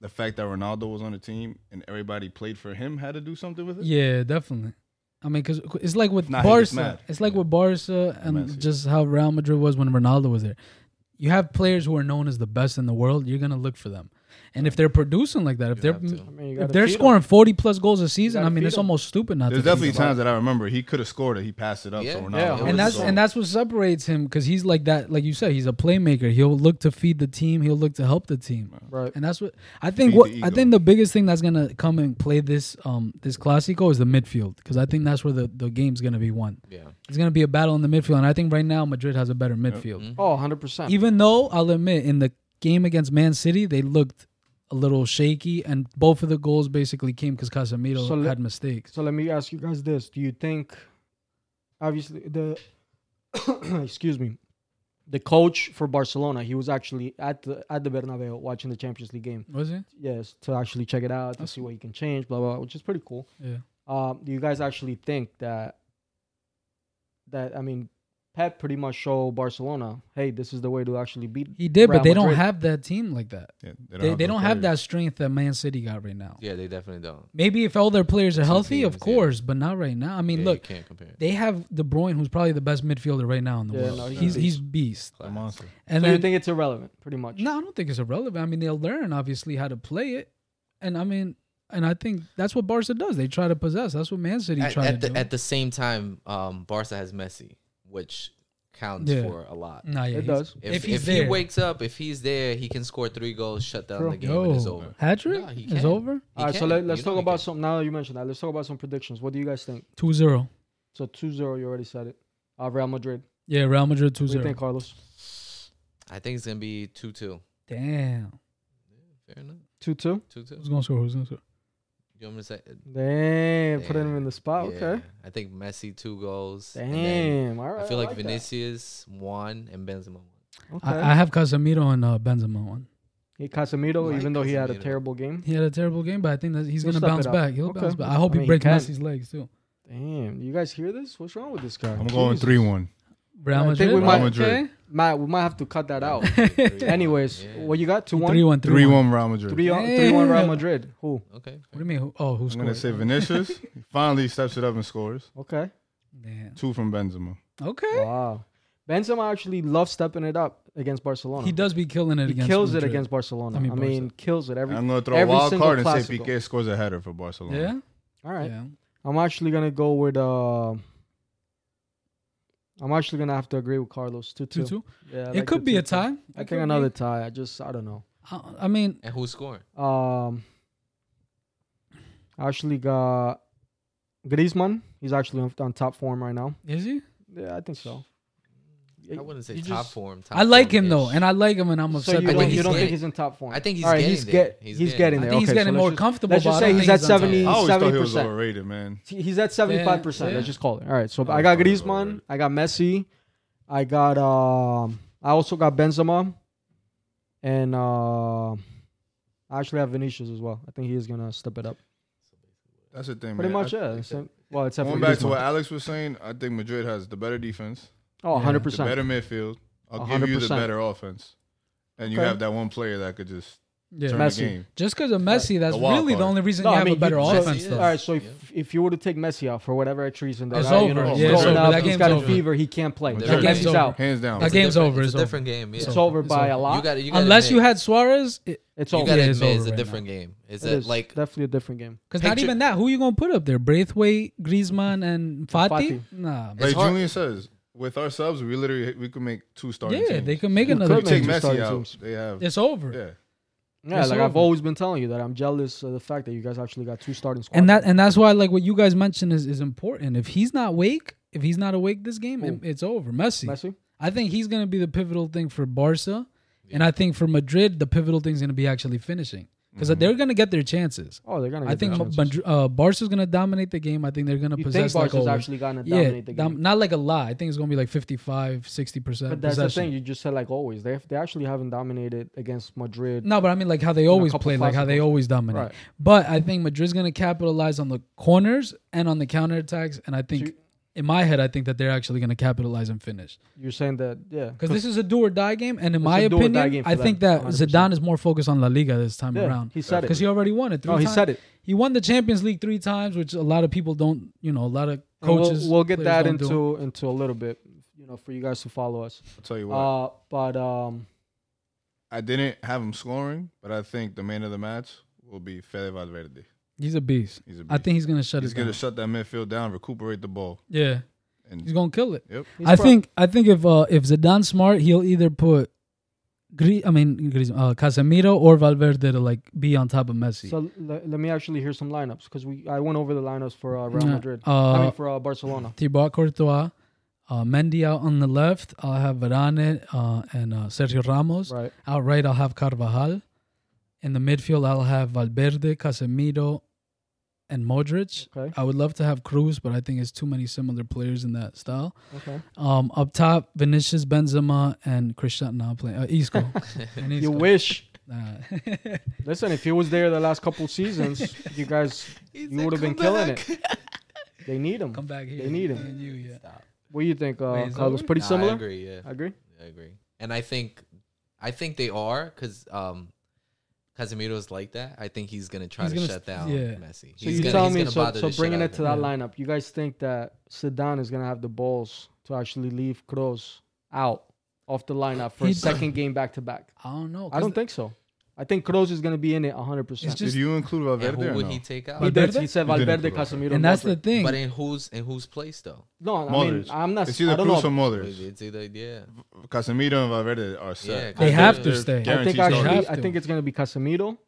[SPEAKER 4] the fact that Ronaldo was on the team and everybody played for him had to do something with it?
[SPEAKER 2] Yeah, definitely. I mean, cause it's like with
[SPEAKER 4] Nah, he gets
[SPEAKER 2] Barca.
[SPEAKER 4] mad.
[SPEAKER 2] It's like with Barca and
[SPEAKER 4] Messi.
[SPEAKER 2] just how Real Madrid was when Ronaldo was there. You have players who are known as the best in the world. You're gonna look for them. And if they're producing like that, if
[SPEAKER 3] You
[SPEAKER 2] they're
[SPEAKER 3] have to.
[SPEAKER 1] I mean, you
[SPEAKER 2] if
[SPEAKER 1] gotta
[SPEAKER 2] they're
[SPEAKER 1] feed 'em.
[SPEAKER 2] scoring forty plus goals a season,
[SPEAKER 1] gotta
[SPEAKER 2] I mean
[SPEAKER 1] feed
[SPEAKER 2] it's
[SPEAKER 1] 'em.
[SPEAKER 2] always stupid not
[SPEAKER 4] There's
[SPEAKER 2] to. feed
[SPEAKER 4] definitely
[SPEAKER 2] 'em.
[SPEAKER 4] times that I remember he could have scored it. He passed it up.
[SPEAKER 3] Yeah.
[SPEAKER 4] So we're
[SPEAKER 1] Yeah.
[SPEAKER 4] not.
[SPEAKER 1] was
[SPEAKER 2] and that's
[SPEAKER 1] so-
[SPEAKER 2] and that's what separates him because he's like that, like you said, he's a playmaker. He'll look to feed the team. He'll look to help the team.
[SPEAKER 1] Right.
[SPEAKER 2] And that's what I think.
[SPEAKER 4] Feed
[SPEAKER 2] What
[SPEAKER 4] the
[SPEAKER 2] I
[SPEAKER 4] ego.
[SPEAKER 2] think the biggest thing that's gonna come and play this um this Clasico is the midfield because I think that's where the, the game's gonna be won.
[SPEAKER 3] Yeah.
[SPEAKER 2] It's gonna be a battle in the midfield, and I think right now Madrid has a better midfield.
[SPEAKER 3] Hmm?
[SPEAKER 1] Oh, 100 percent.
[SPEAKER 2] Even though I'll admit, in the game against Man City, they looked a little shaky, and both of the goals basically came because Casemiro
[SPEAKER 1] So le-
[SPEAKER 2] had mistakes.
[SPEAKER 1] So let me ask you guys this: Do you think, obviously, the excuse me, the coach for Barcelona, he was actually at the at the Bernabeu watching the Champions League game.
[SPEAKER 2] Was it?
[SPEAKER 1] Yes, to actually check it out to see what he can change, blah blah, blah, which is pretty cool.
[SPEAKER 2] Yeah.
[SPEAKER 1] Um, do you guys actually think that that I mean, Pep pretty much showed Barcelona, hey, this is the way to actually beat.
[SPEAKER 2] He did, but
[SPEAKER 1] Real
[SPEAKER 2] they don't
[SPEAKER 1] Madrid.
[SPEAKER 2] have that team like that.
[SPEAKER 4] Yeah,
[SPEAKER 2] They, they
[SPEAKER 4] those
[SPEAKER 2] don't have
[SPEAKER 4] players.
[SPEAKER 2] that strength that Man City got right now.
[SPEAKER 3] Yeah, they definitely don't.
[SPEAKER 2] Maybe if all their players are
[SPEAKER 3] Two
[SPEAKER 2] healthy, of
[SPEAKER 3] teams, yeah.
[SPEAKER 2] course, but not right now. I mean,
[SPEAKER 3] Yeah, you
[SPEAKER 2] look,
[SPEAKER 3] can't compare.
[SPEAKER 2] they have De Bruyne, who's probably the best midfielder right now in the
[SPEAKER 1] Yeah,
[SPEAKER 2] world.
[SPEAKER 1] no, he's
[SPEAKER 2] he's
[SPEAKER 1] beast.
[SPEAKER 2] he's beast.
[SPEAKER 4] The monster.
[SPEAKER 2] And
[SPEAKER 1] so
[SPEAKER 2] then,
[SPEAKER 1] you think it's irrelevant, pretty much?
[SPEAKER 2] no, I don't think it's irrelevant. I mean, they'll learn obviously how to play it, and I mean, and I think that's what Barca does. They try to possess. That's what Man City
[SPEAKER 3] At,
[SPEAKER 2] try
[SPEAKER 3] at
[SPEAKER 2] to
[SPEAKER 3] the
[SPEAKER 2] do.
[SPEAKER 3] at the same time, um, Barca has Messi, which counts
[SPEAKER 2] Yeah.
[SPEAKER 3] for a lot.
[SPEAKER 2] nah, yeah,
[SPEAKER 1] It
[SPEAKER 2] he's-
[SPEAKER 1] does.
[SPEAKER 3] If,
[SPEAKER 2] If
[SPEAKER 3] if,
[SPEAKER 2] he's
[SPEAKER 3] he
[SPEAKER 2] there.
[SPEAKER 3] wakes up, if he's there, he can score three goals, shut down
[SPEAKER 1] True.
[SPEAKER 3] the game, and it's
[SPEAKER 2] Yo,
[SPEAKER 3] over.
[SPEAKER 2] hat trick
[SPEAKER 3] No, he
[SPEAKER 2] is
[SPEAKER 3] can.
[SPEAKER 2] over.
[SPEAKER 3] He
[SPEAKER 1] All right, so
[SPEAKER 3] can.
[SPEAKER 1] let, let's
[SPEAKER 3] You know
[SPEAKER 1] talk
[SPEAKER 3] he
[SPEAKER 1] about
[SPEAKER 3] can.
[SPEAKER 1] some. Now that you mentioned that, let's talk about some predictions. What do you guys think?
[SPEAKER 2] 2-0.
[SPEAKER 1] So 2-0, you already said it. Uh, Real Madrid.
[SPEAKER 2] Yeah, Real Madrid
[SPEAKER 1] What do you
[SPEAKER 2] 2-0.
[SPEAKER 1] think, Carlos?
[SPEAKER 3] I think it's gonna be two two.
[SPEAKER 2] Damn,
[SPEAKER 3] Fair enough.
[SPEAKER 1] Two two.
[SPEAKER 3] Two two.
[SPEAKER 2] who's gonna score? Who's gonna score?
[SPEAKER 3] You want me to say?
[SPEAKER 1] Damn, putting him
[SPEAKER 3] Yeah,
[SPEAKER 1] in the spot. Okay.
[SPEAKER 3] I think Messi two goals. and then
[SPEAKER 1] Damn. All right.
[SPEAKER 3] I feel like,
[SPEAKER 1] that.
[SPEAKER 3] Vinicius one and Benzema one.
[SPEAKER 1] Okay.
[SPEAKER 2] I, I have Casemiro and uh, Benzema on.
[SPEAKER 1] He- Casemiro,
[SPEAKER 3] like
[SPEAKER 1] even though he had a
[SPEAKER 3] Casemiro.
[SPEAKER 1] terrible game.
[SPEAKER 2] He had a terrible game, but I think that he's
[SPEAKER 1] He'll
[SPEAKER 2] gonna
[SPEAKER 1] step
[SPEAKER 2] bounce
[SPEAKER 1] it up.
[SPEAKER 2] back. He'll
[SPEAKER 1] Okay.
[SPEAKER 2] bounce back. I hope
[SPEAKER 1] I mean,
[SPEAKER 2] he
[SPEAKER 1] he
[SPEAKER 2] breaks
[SPEAKER 1] can.
[SPEAKER 2] Messi's legs too.
[SPEAKER 1] Damn. You guys hear this? What's wrong with this guy?
[SPEAKER 4] I'm going
[SPEAKER 1] Jesus.
[SPEAKER 4] three one.
[SPEAKER 2] Real
[SPEAKER 1] I think
[SPEAKER 2] Madrid. Oh,
[SPEAKER 1] we
[SPEAKER 4] Real
[SPEAKER 1] might.
[SPEAKER 4] Madrid.
[SPEAKER 1] Okay. Matt, we might have to cut that out. Anyways,
[SPEAKER 3] Yeah.
[SPEAKER 1] what you got? Two one.
[SPEAKER 2] Three one three
[SPEAKER 4] Three
[SPEAKER 2] one.
[SPEAKER 4] one Real Madrid.
[SPEAKER 1] Three, three one. Real
[SPEAKER 2] Yeah.
[SPEAKER 1] Madrid. Who?
[SPEAKER 3] Okay.
[SPEAKER 2] What do you mean? Who- Oh, who's
[SPEAKER 4] I'm gonna
[SPEAKER 2] going
[SPEAKER 4] say Vinicius He finally steps it up and scores
[SPEAKER 1] Okay.
[SPEAKER 2] Damn.
[SPEAKER 4] two from Benzema.
[SPEAKER 2] Okay.
[SPEAKER 1] Wow. Benzema actually loves stepping it up against Barcelona.
[SPEAKER 2] He does be killing it
[SPEAKER 1] He
[SPEAKER 2] against.
[SPEAKER 1] kills it
[SPEAKER 2] Madrid.
[SPEAKER 1] against Barcelona.
[SPEAKER 2] I
[SPEAKER 1] I
[SPEAKER 2] mean,
[SPEAKER 1] mean,
[SPEAKER 2] Barca.
[SPEAKER 1] kills it every.
[SPEAKER 4] I'm gonna throw a
[SPEAKER 1] every
[SPEAKER 4] wild
[SPEAKER 1] single
[SPEAKER 4] card and say
[SPEAKER 1] Clásico.
[SPEAKER 4] Piqué scores a header for Barcelona.
[SPEAKER 2] Yeah.
[SPEAKER 1] All right.
[SPEAKER 2] Yeah.
[SPEAKER 1] I'm actually gonna go with. Uh, I'm actually gonna have to agree with Carlos. Two
[SPEAKER 2] Two
[SPEAKER 1] two.
[SPEAKER 2] two.
[SPEAKER 1] Yeah, I
[SPEAKER 2] It
[SPEAKER 1] like
[SPEAKER 2] could
[SPEAKER 1] the
[SPEAKER 2] be a
[SPEAKER 1] 2-2.
[SPEAKER 2] tie. It
[SPEAKER 1] I
[SPEAKER 2] could be-
[SPEAKER 1] think another tie. I just I don't know.
[SPEAKER 2] I I mean,
[SPEAKER 3] And who's scoring?
[SPEAKER 1] Um, I actually got Griezmann. He's actually on, on top form right now.
[SPEAKER 2] is he?
[SPEAKER 1] Yeah, I think so.
[SPEAKER 3] I wouldn't say
[SPEAKER 1] You
[SPEAKER 3] top
[SPEAKER 1] just-
[SPEAKER 3] form. Top
[SPEAKER 2] I like him
[SPEAKER 3] form-ish.
[SPEAKER 2] though, and I like him, and I'm
[SPEAKER 1] So
[SPEAKER 2] upset.
[SPEAKER 1] you
[SPEAKER 2] that
[SPEAKER 1] don't,
[SPEAKER 3] think
[SPEAKER 1] you
[SPEAKER 2] he's-
[SPEAKER 3] he's
[SPEAKER 1] don't think
[SPEAKER 3] getting-
[SPEAKER 1] he's in top form?
[SPEAKER 3] I think he's
[SPEAKER 1] All right,
[SPEAKER 3] getting
[SPEAKER 1] he's
[SPEAKER 3] there.
[SPEAKER 1] get-
[SPEAKER 3] He's
[SPEAKER 1] he's
[SPEAKER 3] getting
[SPEAKER 1] getting
[SPEAKER 2] I
[SPEAKER 1] there.
[SPEAKER 2] think he's
[SPEAKER 1] Okay,
[SPEAKER 2] getting
[SPEAKER 1] so
[SPEAKER 2] more
[SPEAKER 1] let's just-
[SPEAKER 2] comfortable.
[SPEAKER 1] let's
[SPEAKER 2] but
[SPEAKER 1] just
[SPEAKER 2] I
[SPEAKER 1] say
[SPEAKER 2] don't
[SPEAKER 1] he's
[SPEAKER 2] think
[SPEAKER 1] at
[SPEAKER 2] on top.
[SPEAKER 1] 70.
[SPEAKER 4] I always thought he was
[SPEAKER 1] 70%.
[SPEAKER 4] overrated, man.
[SPEAKER 1] He- He's at seventy five percent.
[SPEAKER 2] yeah.
[SPEAKER 1] Let's just call it. All right. So
[SPEAKER 4] Yeah,
[SPEAKER 1] I got
[SPEAKER 4] call it, call it,
[SPEAKER 1] Griezmann. I got Messi. I got um. I also got Benzema, and uh, I actually have Vinicius as well. I think he is gonna step it up.
[SPEAKER 4] That's the thing,
[SPEAKER 1] Pretty
[SPEAKER 4] man.
[SPEAKER 1] much,
[SPEAKER 4] I,
[SPEAKER 1] yeah. Same, well, except for
[SPEAKER 4] Going back to what
[SPEAKER 1] Griezmann.
[SPEAKER 4] Alex was saying, I think Madrid has the better defense,
[SPEAKER 1] Oh, 100
[SPEAKER 4] the
[SPEAKER 1] percent.
[SPEAKER 4] better midfield. I'll give you the
[SPEAKER 1] 100%.
[SPEAKER 4] better offense, and you
[SPEAKER 1] Okay.
[SPEAKER 4] have that one player that could just
[SPEAKER 2] Yeah.
[SPEAKER 4] turn
[SPEAKER 1] Messi.
[SPEAKER 4] the game.
[SPEAKER 2] Just because of Messi, that's
[SPEAKER 4] The wild
[SPEAKER 2] really the
[SPEAKER 4] card.
[SPEAKER 2] only reason
[SPEAKER 1] No,
[SPEAKER 2] you
[SPEAKER 1] I
[SPEAKER 2] have
[SPEAKER 1] mean,
[SPEAKER 2] a better
[SPEAKER 1] you- so-
[SPEAKER 2] offense.
[SPEAKER 3] yeah.
[SPEAKER 2] though.
[SPEAKER 1] All right, so if, if you were to take Messi out for whatever reason, that
[SPEAKER 2] It's
[SPEAKER 1] guy, you
[SPEAKER 2] over.
[SPEAKER 1] know, he's
[SPEAKER 4] Yeah, it's
[SPEAKER 1] going
[SPEAKER 4] over.
[SPEAKER 1] out,
[SPEAKER 4] That
[SPEAKER 1] he's
[SPEAKER 2] game's
[SPEAKER 1] got
[SPEAKER 2] over.
[SPEAKER 1] a fever, he can't play.
[SPEAKER 4] Madrid.
[SPEAKER 1] That
[SPEAKER 2] That
[SPEAKER 1] game's
[SPEAKER 2] game's
[SPEAKER 1] out.
[SPEAKER 4] Hands down.
[SPEAKER 2] That game's
[SPEAKER 3] different-
[SPEAKER 2] over,
[SPEAKER 3] It's
[SPEAKER 2] it's
[SPEAKER 3] a
[SPEAKER 2] over.
[SPEAKER 3] different game. Yeah.
[SPEAKER 1] It's over
[SPEAKER 2] It's
[SPEAKER 1] by
[SPEAKER 2] over.
[SPEAKER 1] a lot.
[SPEAKER 3] You got. You got.
[SPEAKER 2] Unless you had Suarez, because
[SPEAKER 1] it's
[SPEAKER 3] You
[SPEAKER 1] over.
[SPEAKER 3] got to
[SPEAKER 2] gotta- Yeah, it's
[SPEAKER 3] admit, it's
[SPEAKER 2] over
[SPEAKER 3] a
[SPEAKER 2] right
[SPEAKER 3] different game. It's
[SPEAKER 2] uh,
[SPEAKER 1] It
[SPEAKER 3] a,
[SPEAKER 1] is
[SPEAKER 3] like
[SPEAKER 1] definitely a different game.
[SPEAKER 2] not
[SPEAKER 3] Picture-
[SPEAKER 2] even that. Who you gonna put up there? Braithwaite, Griezmann, and Fati?
[SPEAKER 1] Fati.
[SPEAKER 2] Nah,
[SPEAKER 4] Like
[SPEAKER 3] It's hard.
[SPEAKER 4] Julian says, with our subs, we literally we could make two starting
[SPEAKER 2] yeah,
[SPEAKER 4] teams.
[SPEAKER 2] they can make
[SPEAKER 1] You
[SPEAKER 2] another.
[SPEAKER 1] could
[SPEAKER 4] You take
[SPEAKER 1] make two
[SPEAKER 4] Messi
[SPEAKER 1] starting
[SPEAKER 4] out,
[SPEAKER 1] teams.
[SPEAKER 4] they have
[SPEAKER 2] It's over.
[SPEAKER 4] yeah.
[SPEAKER 1] Yeah,
[SPEAKER 2] It's
[SPEAKER 1] like I've
[SPEAKER 2] over.
[SPEAKER 1] always been telling you that I'm jealous of the fact that you guys actually got two starting squads.
[SPEAKER 2] and that and that's why like what you guys mentioned is, is important. If he's not awake, if he's not awake this game,
[SPEAKER 1] Who?
[SPEAKER 2] it- it's over. Messi.
[SPEAKER 1] Messi.
[SPEAKER 2] I think he's gonna be the pivotal thing for Barca, and I think for Madrid, the pivotal thing's gonna be actually finishing because they're gonna get their chances.
[SPEAKER 1] Oh, they're gonna. Mm-hmm.
[SPEAKER 2] I
[SPEAKER 1] get
[SPEAKER 2] think
[SPEAKER 1] their
[SPEAKER 2] Ma-
[SPEAKER 1] chances.
[SPEAKER 2] Madri- uh, Barca's gonna dominate the game. I think they're gonna
[SPEAKER 1] You think
[SPEAKER 2] possess like
[SPEAKER 1] Barca's
[SPEAKER 2] over-
[SPEAKER 1] actually gonna
[SPEAKER 2] yeah,
[SPEAKER 1] dominate the game?
[SPEAKER 2] dom- not like a lot. I think it's gonna be like 55, 60 percent.
[SPEAKER 1] but that's the thing. You just said like always. They they actually haven't dominated against Madrid.
[SPEAKER 2] No, but I mean like how they always
[SPEAKER 1] couple
[SPEAKER 2] play, like how they
[SPEAKER 1] Clásicos.
[SPEAKER 2] always dominate.
[SPEAKER 1] Right.
[SPEAKER 2] But I think Madrid's gonna capitalize on the corners and on the counterattacks, and I think
[SPEAKER 1] So-
[SPEAKER 2] in my head, I think that they're actually gonna capitalize and finish
[SPEAKER 1] You're saying that, yeah.
[SPEAKER 2] because this is a do or die game. And in my
[SPEAKER 1] a do or die
[SPEAKER 2] opinion,
[SPEAKER 1] game for
[SPEAKER 2] I
[SPEAKER 1] them,
[SPEAKER 2] think that
[SPEAKER 1] 100%.
[SPEAKER 2] Zidane is more focused on La Liga this time
[SPEAKER 1] Yeah,
[SPEAKER 2] around
[SPEAKER 1] he said it.
[SPEAKER 2] because he already won it. Three
[SPEAKER 1] No, he
[SPEAKER 2] times.
[SPEAKER 1] said it.
[SPEAKER 2] He won the Champions League three times, which a lot of people don't. You know, a lot of
[SPEAKER 1] And we'll-
[SPEAKER 2] coaches.
[SPEAKER 1] We'll, get
[SPEAKER 2] players
[SPEAKER 1] that
[SPEAKER 2] don't do it.
[SPEAKER 1] into into a little bit, you know, for you guys to follow us.
[SPEAKER 4] I'll tell you what.
[SPEAKER 1] Uh, but um,
[SPEAKER 4] I didn't have him scoring, but I think the man of the match will be Fede Valverde.
[SPEAKER 2] He's a beast.
[SPEAKER 4] He's a beast.
[SPEAKER 2] I think he's gonna shut
[SPEAKER 4] he's
[SPEAKER 2] it
[SPEAKER 4] gonna
[SPEAKER 2] down.
[SPEAKER 4] shut that midfield down, recuperate the ball,
[SPEAKER 2] yeah, he's
[SPEAKER 4] and
[SPEAKER 2] gonna kill it.
[SPEAKER 4] yep.
[SPEAKER 1] He's
[SPEAKER 2] I
[SPEAKER 1] prob-
[SPEAKER 2] think I think if uh, if Zidane's smart, he'll either put, Gri- I mean Griezmann, uh, Casemiro or Valverde to like be on top of Messi.
[SPEAKER 1] So l- let me actually hear some lineups because we I went over the lineups for uh, Real
[SPEAKER 2] Yeah.
[SPEAKER 1] Madrid. I
[SPEAKER 2] Uh,
[SPEAKER 1] mean for uh, Barcelona.
[SPEAKER 2] Thibaut Courtois, uh, Mendy out on the left. I'll have Varane uh, and uh, Sergio Ramos.
[SPEAKER 1] Right.
[SPEAKER 2] Out right, I'll have Carvajal. In the midfield, I'll have Valverde, Casemiro, and Modric.
[SPEAKER 1] Okay.
[SPEAKER 2] I would love to have Cruz, but I think it's too many similar players in that style.
[SPEAKER 1] Okay.
[SPEAKER 2] Um, up top, Vinicius Benzema and Cristiano no, I'm playing uh, Isco. And
[SPEAKER 1] You
[SPEAKER 2] Isco.
[SPEAKER 1] wish.
[SPEAKER 2] Nah.
[SPEAKER 1] Listen, if he was there the last couple seasons, you guys you would have been killing it. They need him.
[SPEAKER 2] Come back here.
[SPEAKER 1] They need him.
[SPEAKER 2] And you, yeah.
[SPEAKER 1] What do you think, uh,
[SPEAKER 2] Wait, is it
[SPEAKER 1] Carlos?
[SPEAKER 2] over?
[SPEAKER 1] Pretty
[SPEAKER 3] Nah,
[SPEAKER 1] similar.
[SPEAKER 3] I agree. Yeah,
[SPEAKER 1] I agree.
[SPEAKER 3] I agree. And I think, I think they are because um, Casemiro's like that. I think he's gonna try
[SPEAKER 2] He's
[SPEAKER 3] to
[SPEAKER 2] gonna st-
[SPEAKER 3] shut down
[SPEAKER 2] yeah.
[SPEAKER 3] Messi.
[SPEAKER 1] So you tell me, so, so bringing it to that
[SPEAKER 2] him.
[SPEAKER 1] lineup, you guys think that Sedan is gonna have the balls to actually leave Kroos out off the lineup for
[SPEAKER 2] He
[SPEAKER 1] a second game back to back?
[SPEAKER 2] I don't know.
[SPEAKER 1] I don't think so. I think Kroos is gonna be in it 100.
[SPEAKER 2] It's
[SPEAKER 1] percent
[SPEAKER 2] just-
[SPEAKER 4] Did you include
[SPEAKER 3] And
[SPEAKER 4] Valverde
[SPEAKER 3] who
[SPEAKER 4] or
[SPEAKER 3] would
[SPEAKER 4] no?
[SPEAKER 3] he take out?
[SPEAKER 1] He did.
[SPEAKER 2] Valverde?
[SPEAKER 1] He said
[SPEAKER 4] You didn't
[SPEAKER 1] Valverde,
[SPEAKER 4] put Kroos.
[SPEAKER 1] Casemiro,
[SPEAKER 2] and that's the
[SPEAKER 1] Modric.
[SPEAKER 2] thing.
[SPEAKER 3] But in whose in whose place though?
[SPEAKER 1] No, I mean,
[SPEAKER 4] Modric.
[SPEAKER 1] I'm not.
[SPEAKER 4] It's
[SPEAKER 1] I
[SPEAKER 4] either
[SPEAKER 1] don't
[SPEAKER 4] Cruz
[SPEAKER 1] know.
[SPEAKER 4] or Modric.
[SPEAKER 3] It's either yeah.
[SPEAKER 4] Casemiro and Valverde are set.
[SPEAKER 3] They
[SPEAKER 2] have to
[SPEAKER 4] They're
[SPEAKER 2] stay. I
[SPEAKER 1] I think
[SPEAKER 4] guaranteed
[SPEAKER 2] Guaranteed
[SPEAKER 1] actually,
[SPEAKER 2] starters.
[SPEAKER 1] I think it's gonna be Casemiro,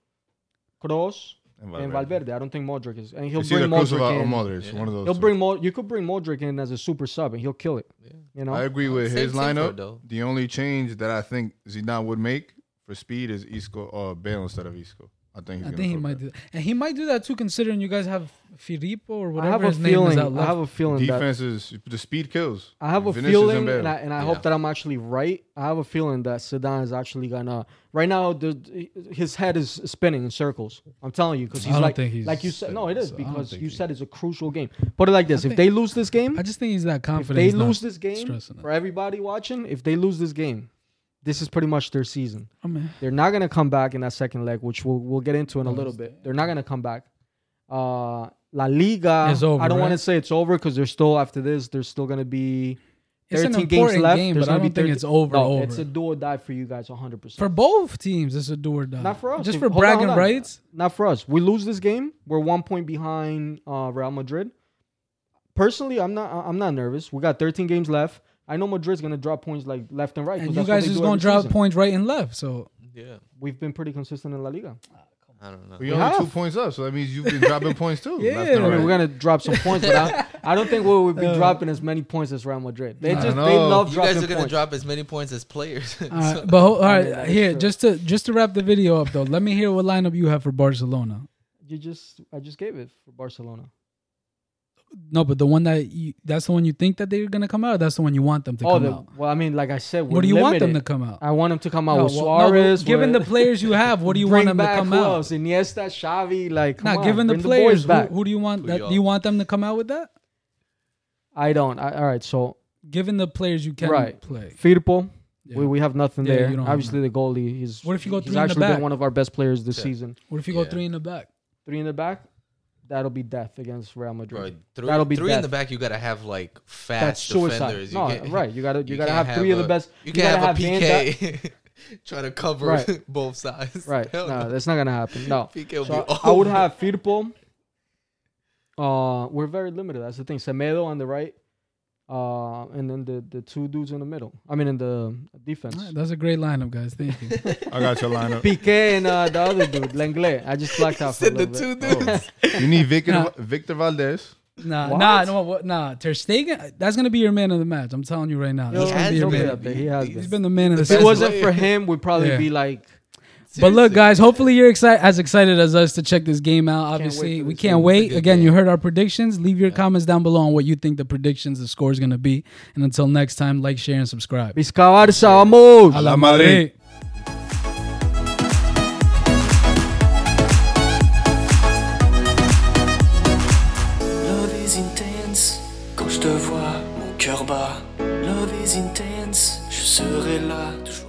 [SPEAKER 1] Kroos,
[SPEAKER 4] starters.
[SPEAKER 1] and Valverde. I don't think Modric is, and he'll
[SPEAKER 4] It's either
[SPEAKER 1] bring
[SPEAKER 4] Cruz or Val-
[SPEAKER 1] Modric
[SPEAKER 4] or
[SPEAKER 1] in.
[SPEAKER 4] Modric.
[SPEAKER 3] Yeah.
[SPEAKER 4] One of those.
[SPEAKER 1] He'll
[SPEAKER 4] two.
[SPEAKER 1] bring Mod- You could bring Modric in as a super sub, and he'll kill it.
[SPEAKER 3] yeah.
[SPEAKER 1] You know,
[SPEAKER 4] I agree with
[SPEAKER 3] Same-
[SPEAKER 4] his
[SPEAKER 3] same for it,
[SPEAKER 4] lineup.
[SPEAKER 3] though.
[SPEAKER 4] the only change that I think Zidane would make for speed is Isco or Bale instead of Isco. I think he's
[SPEAKER 2] I
[SPEAKER 4] gonna
[SPEAKER 2] think he
[SPEAKER 4] put
[SPEAKER 2] might
[SPEAKER 4] Bale.
[SPEAKER 2] do that. And he might do that too, considering you guys have Filippo or
[SPEAKER 1] I
[SPEAKER 2] whatever
[SPEAKER 1] have a
[SPEAKER 2] his name is
[SPEAKER 1] feeling.
[SPEAKER 2] out
[SPEAKER 1] I
[SPEAKER 2] left.
[SPEAKER 1] have a feeling that
[SPEAKER 4] Defense is the speed kills.
[SPEAKER 1] I have a
[SPEAKER 4] Vinicius
[SPEAKER 1] feeling,
[SPEAKER 4] Bale.
[SPEAKER 1] and I, and I
[SPEAKER 3] Yeah.
[SPEAKER 1] hope that I'm actually right. I have a feeling that Sedan is actually gonna. Right now, the, his head is spinning in circles. I'm telling you, because
[SPEAKER 2] I
[SPEAKER 1] he's
[SPEAKER 2] don't
[SPEAKER 1] like,
[SPEAKER 2] think he's
[SPEAKER 1] like you said, no, it is
[SPEAKER 2] spinning, so I don't
[SPEAKER 1] because
[SPEAKER 2] think
[SPEAKER 1] you
[SPEAKER 2] he-
[SPEAKER 1] said it's a crucial game. Put it like this:
[SPEAKER 2] I
[SPEAKER 1] if
[SPEAKER 2] think-
[SPEAKER 1] they lose this game,
[SPEAKER 2] I just think he's that
[SPEAKER 1] if
[SPEAKER 2] confident.
[SPEAKER 1] they
[SPEAKER 2] he's not
[SPEAKER 1] lose this game,
[SPEAKER 2] stressing it.
[SPEAKER 1] for everybody watching, if they lose this game, this is pretty much their season.
[SPEAKER 2] I mean,
[SPEAKER 1] They're not gonna come back in that second leg, which we'll we'll get into in a little bit. They're not gonna come back. Uh, La Liga,
[SPEAKER 2] It's over,
[SPEAKER 1] I don't
[SPEAKER 2] right?
[SPEAKER 1] want to say it's over because they're still after this. There's still gonna be
[SPEAKER 2] it's an
[SPEAKER 1] 13
[SPEAKER 2] important
[SPEAKER 1] games left.
[SPEAKER 2] game,
[SPEAKER 1] There's
[SPEAKER 2] but I
[SPEAKER 1] gonna be
[SPEAKER 2] don't think
[SPEAKER 1] 13
[SPEAKER 2] it's over.
[SPEAKER 1] no,
[SPEAKER 2] over.
[SPEAKER 1] it's a do or die for you guys, 100.
[SPEAKER 2] for
[SPEAKER 1] percent
[SPEAKER 2] both teams, it's a do or die.
[SPEAKER 1] Not for us.
[SPEAKER 2] Just
[SPEAKER 1] Hold
[SPEAKER 2] for
[SPEAKER 1] on, hold
[SPEAKER 2] bragging
[SPEAKER 1] on.
[SPEAKER 2] rights.
[SPEAKER 1] Not for us. We lose this game, we're one point behind uh, Real Madrid. Personally, I'm not. I'm not nervous. We got 13 games left. I know Madrid's gonna drop points like left and right. 'cause
[SPEAKER 2] And you
[SPEAKER 1] that's what
[SPEAKER 2] guys
[SPEAKER 1] they
[SPEAKER 2] just
[SPEAKER 1] do
[SPEAKER 2] gonna
[SPEAKER 1] every
[SPEAKER 2] drop
[SPEAKER 1] season.
[SPEAKER 2] points right and left. So
[SPEAKER 3] Yeah.
[SPEAKER 1] We've been pretty consistent in La Liga.
[SPEAKER 3] I don't know.
[SPEAKER 4] We, only two
[SPEAKER 1] have.
[SPEAKER 4] points up, so that means you've been dropping points too.
[SPEAKER 2] Yeah.
[SPEAKER 4] left and
[SPEAKER 1] I mean,
[SPEAKER 4] right.
[SPEAKER 1] we're gonna drop some points, but I, I don't think we would
[SPEAKER 2] Uh,
[SPEAKER 1] be dropping as many points as Real Madrid. They
[SPEAKER 4] I
[SPEAKER 1] just
[SPEAKER 4] don't
[SPEAKER 1] they
[SPEAKER 4] know.
[SPEAKER 1] love
[SPEAKER 3] You
[SPEAKER 1] dropping
[SPEAKER 3] guys are gonna
[SPEAKER 1] points. Uh,
[SPEAKER 3] drop as many points as players.
[SPEAKER 2] all right,
[SPEAKER 3] So-
[SPEAKER 2] uh, but ho- all
[SPEAKER 1] I
[SPEAKER 2] right,
[SPEAKER 1] mean, that is
[SPEAKER 2] here
[SPEAKER 1] true.
[SPEAKER 2] just to just to wrap the video up though. let me hear what lineup you have for Barcelona.
[SPEAKER 1] You just I just gave it for Barcelona.
[SPEAKER 2] No, but the one that you, that's the one you think that they're gonna come out. Or that's the one you want them to
[SPEAKER 1] Oh,
[SPEAKER 2] come
[SPEAKER 1] the,
[SPEAKER 2] out.
[SPEAKER 1] well, I mean, like I said, we're
[SPEAKER 2] What do you want them to
[SPEAKER 1] limited.
[SPEAKER 2] come out?
[SPEAKER 1] I want him to come out
[SPEAKER 2] No,
[SPEAKER 1] with
[SPEAKER 2] well, no, but
[SPEAKER 1] Suarez.
[SPEAKER 2] given the
[SPEAKER 1] with,
[SPEAKER 2] players you have, what do you
[SPEAKER 1] bring
[SPEAKER 2] want them to
[SPEAKER 1] back
[SPEAKER 2] come
[SPEAKER 1] who
[SPEAKER 2] out?
[SPEAKER 1] else? Iniesta, Xavi, like come
[SPEAKER 2] Not
[SPEAKER 1] on,
[SPEAKER 2] given the
[SPEAKER 1] bring
[SPEAKER 2] players.
[SPEAKER 1] boys
[SPEAKER 2] who,
[SPEAKER 1] back.
[SPEAKER 2] who do you want? That,
[SPEAKER 3] Puyol.
[SPEAKER 2] do you want them to come out with that?
[SPEAKER 1] I don't. I, all right, so
[SPEAKER 2] Given the players you can
[SPEAKER 1] Right.
[SPEAKER 2] play,
[SPEAKER 1] Firpo,
[SPEAKER 2] Yeah.
[SPEAKER 1] we, we have nothing
[SPEAKER 2] Yeah,
[SPEAKER 1] there.
[SPEAKER 2] you don't have
[SPEAKER 1] Obviously, the goalie. He's
[SPEAKER 2] What if you go
[SPEAKER 1] he's
[SPEAKER 2] three in the
[SPEAKER 1] actually
[SPEAKER 2] back?
[SPEAKER 1] been one of our best players this
[SPEAKER 3] Yeah.
[SPEAKER 1] season.
[SPEAKER 2] what if you go
[SPEAKER 3] Yeah.
[SPEAKER 2] three in the back?
[SPEAKER 1] Three in the back, that'll be death against Real Madrid.
[SPEAKER 3] Bro, 3
[SPEAKER 1] That'll be
[SPEAKER 3] three in
[SPEAKER 1] death.
[SPEAKER 3] the back. You gotta have like fast
[SPEAKER 1] That's suicide.
[SPEAKER 3] defenders. You
[SPEAKER 1] No,
[SPEAKER 3] can't-
[SPEAKER 1] right. You gotta you, gotta
[SPEAKER 3] can't
[SPEAKER 1] have three of the
[SPEAKER 3] a-
[SPEAKER 1] best.
[SPEAKER 3] You can't
[SPEAKER 1] gotta
[SPEAKER 3] have, a
[SPEAKER 1] Van Dijk-
[SPEAKER 3] PK try to cover
[SPEAKER 1] Right.
[SPEAKER 3] both sides.
[SPEAKER 1] Right.
[SPEAKER 3] Hell
[SPEAKER 1] No, that's not gonna happen. No.
[SPEAKER 3] PK will
[SPEAKER 1] So
[SPEAKER 3] be
[SPEAKER 1] I would
[SPEAKER 3] over.
[SPEAKER 1] have Firpo. Uh, we're very limited. That's the thing. Semedo on the right, uh, and then the the two dudes in the middle. I mean, in the defense,
[SPEAKER 2] All right, that's a great lineup, guys. Thank you.
[SPEAKER 4] I got your lineup.
[SPEAKER 1] Piqué and uh, the other dude, Lenglet. I just blacked out for a
[SPEAKER 3] Said the
[SPEAKER 1] little bit.
[SPEAKER 3] two dudes.
[SPEAKER 4] you need Victor
[SPEAKER 2] Nah.
[SPEAKER 4] Victor Valdez.
[SPEAKER 2] nah,
[SPEAKER 1] What?
[SPEAKER 2] nah, no, what- nah. Ter Stegen, that's gonna be your man of the match. I'm telling you right now.
[SPEAKER 1] Yo,
[SPEAKER 2] That's gonna
[SPEAKER 1] Oh, has
[SPEAKER 2] be your
[SPEAKER 1] been.
[SPEAKER 2] man.
[SPEAKER 1] up there. He has
[SPEAKER 2] He's
[SPEAKER 1] been.
[SPEAKER 2] been the man of the
[SPEAKER 3] If
[SPEAKER 1] If it
[SPEAKER 3] Best
[SPEAKER 2] season.
[SPEAKER 1] wasn't
[SPEAKER 3] player.
[SPEAKER 1] for him, we'd probably
[SPEAKER 2] Yeah.
[SPEAKER 1] be like,
[SPEAKER 2] But look,
[SPEAKER 3] Seriously.
[SPEAKER 2] guys, hopefully you're excited, as excited as us to check this game out. Obviously,
[SPEAKER 1] wait for
[SPEAKER 2] we
[SPEAKER 1] this
[SPEAKER 2] can't
[SPEAKER 1] game.
[SPEAKER 2] wait.
[SPEAKER 3] good
[SPEAKER 2] Again,
[SPEAKER 3] game.
[SPEAKER 2] you heard our predictions. Leave your comments down below on what you think the predictions, the score is going to be. And until next time, like, share, and subscribe.
[SPEAKER 1] Vizca Barça, vamos.
[SPEAKER 4] A la Madrid.
[SPEAKER 5] Love is intense, quand je te vois, mon cœur bat. Love is intense, je serai là toujours.